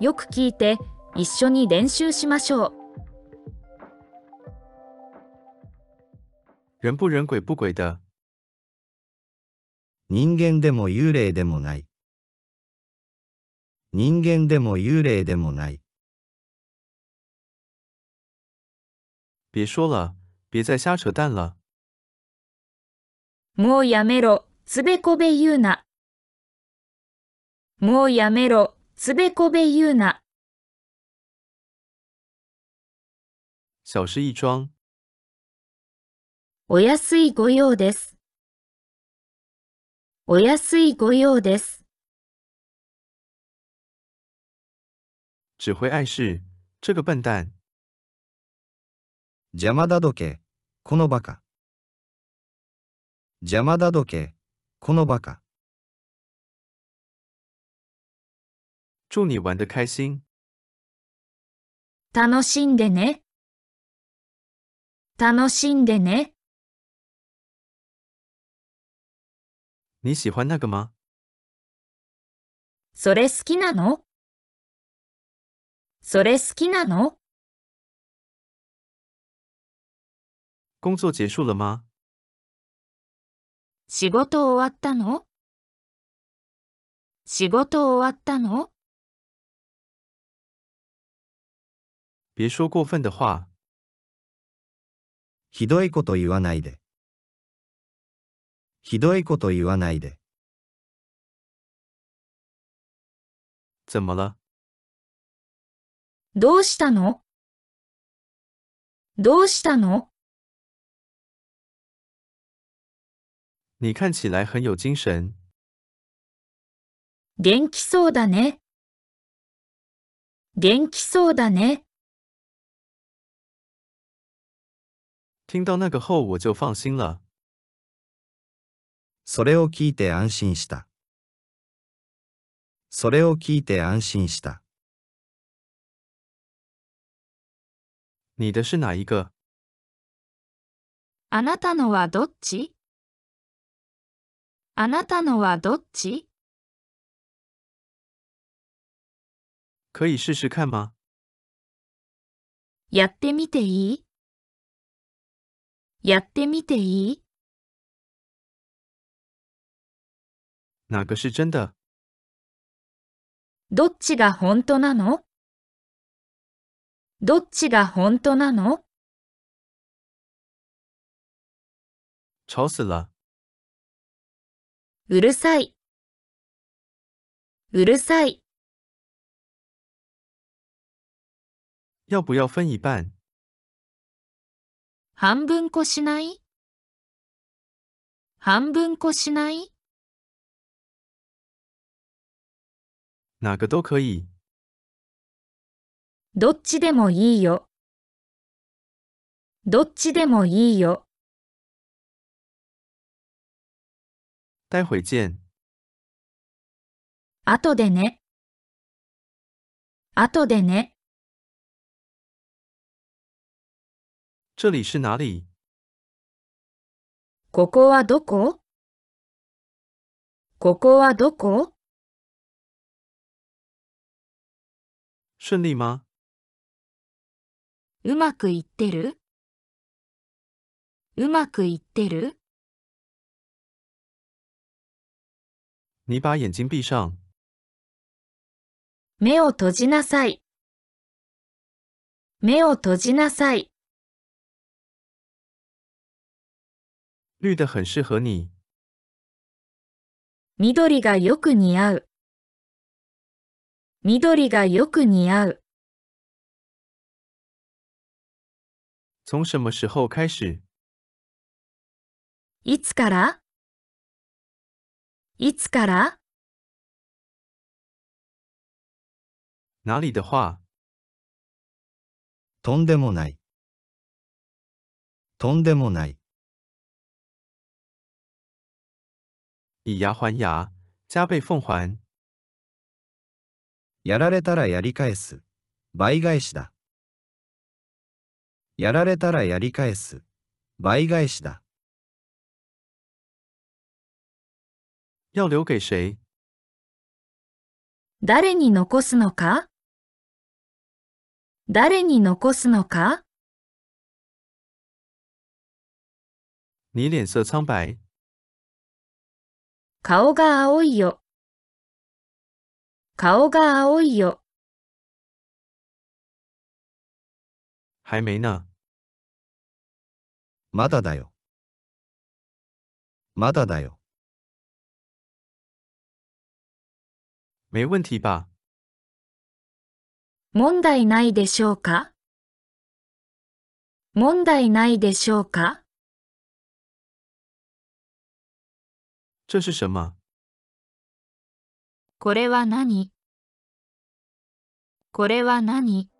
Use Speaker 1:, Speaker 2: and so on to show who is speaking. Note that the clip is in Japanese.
Speaker 1: よく聞いて一緒に練習しましょう
Speaker 2: 人不人鬼不鬼的，
Speaker 3: 人間でも幽霊でもない。人間でも幽霊でもない。
Speaker 2: 别说了，别再瞎扯淡了。
Speaker 1: もうやめろつべこべ言うなもうやめろつべこべ言うな
Speaker 2: 小事一桩，
Speaker 1: お安いご用ですお安いご用です
Speaker 2: 只会碍事，这个笨蛋。
Speaker 3: 邪魔だどけ、このバカ。邪魔だどけ、このバカ。
Speaker 2: 祝你玩得开心，
Speaker 1: 楽しんでね楽しんでね
Speaker 2: 你喜欢那个吗？
Speaker 1: それ好きなのそれ好きなの
Speaker 2: 工作结束了吗？
Speaker 1: 仕事終わったの仕事終わったの
Speaker 2: 别说过分的话，
Speaker 3: ひどいこと言わないで。ひどいこと言わないで。
Speaker 2: 怎么了？
Speaker 1: どうしたのどうしたの
Speaker 2: 你看起来很有精神，
Speaker 1: 元気そうだね。元気そうだね。
Speaker 2: 听到那个后我就放心了。
Speaker 3: それを聞いて安心した。それを聞いて安心した。
Speaker 2: 你的是哪一个？
Speaker 1: あなたのはどっちあなたのはどっち
Speaker 2: 可以试试看吗？
Speaker 1: やってみていいやってみていい
Speaker 2: 哪个是真的？
Speaker 1: どっちが本当なのどっちが本当なの
Speaker 2: 吵死了！
Speaker 1: うるさい。うるさい。
Speaker 2: 要不要分一半？
Speaker 1: 半分こしない半分こしない
Speaker 2: 哪个都可以。
Speaker 1: どっちでもいいよ。どっちでもいいよ。
Speaker 2: 待会见。
Speaker 1: 後でね。後でね。
Speaker 2: 这里是哪里？
Speaker 1: ここはどこここはどこ
Speaker 2: 顺利吗？
Speaker 1: うまくいってるうまくいってる
Speaker 2: 你把眼睛闭上。
Speaker 1: 目を閉じなさい。目を閉じなさい。
Speaker 2: 绿的很适合你，
Speaker 1: 緑がよく似合う。緑がよく似合う。
Speaker 2: 从什么时候开始？
Speaker 1: いつからいつから
Speaker 2: 哪里的话，
Speaker 3: とんでもない。とんでもない。
Speaker 2: 以牙还牙，加倍奉还。
Speaker 3: やられたらやり返す。倍返しだ。やられたらやり返す。倍返しだ。
Speaker 2: 要留给谁？
Speaker 1: 誰に残すのか誰に残すのか
Speaker 2: 你脸色苍白，
Speaker 1: 顔が青いよ。顔が青いよ。
Speaker 2: 还没呢。
Speaker 3: まだだよ。まだだよ。
Speaker 2: 没问题吧？
Speaker 1: 問題ないでしょうか問題ないでしょうか
Speaker 2: 这是什么？
Speaker 1: これは何これは何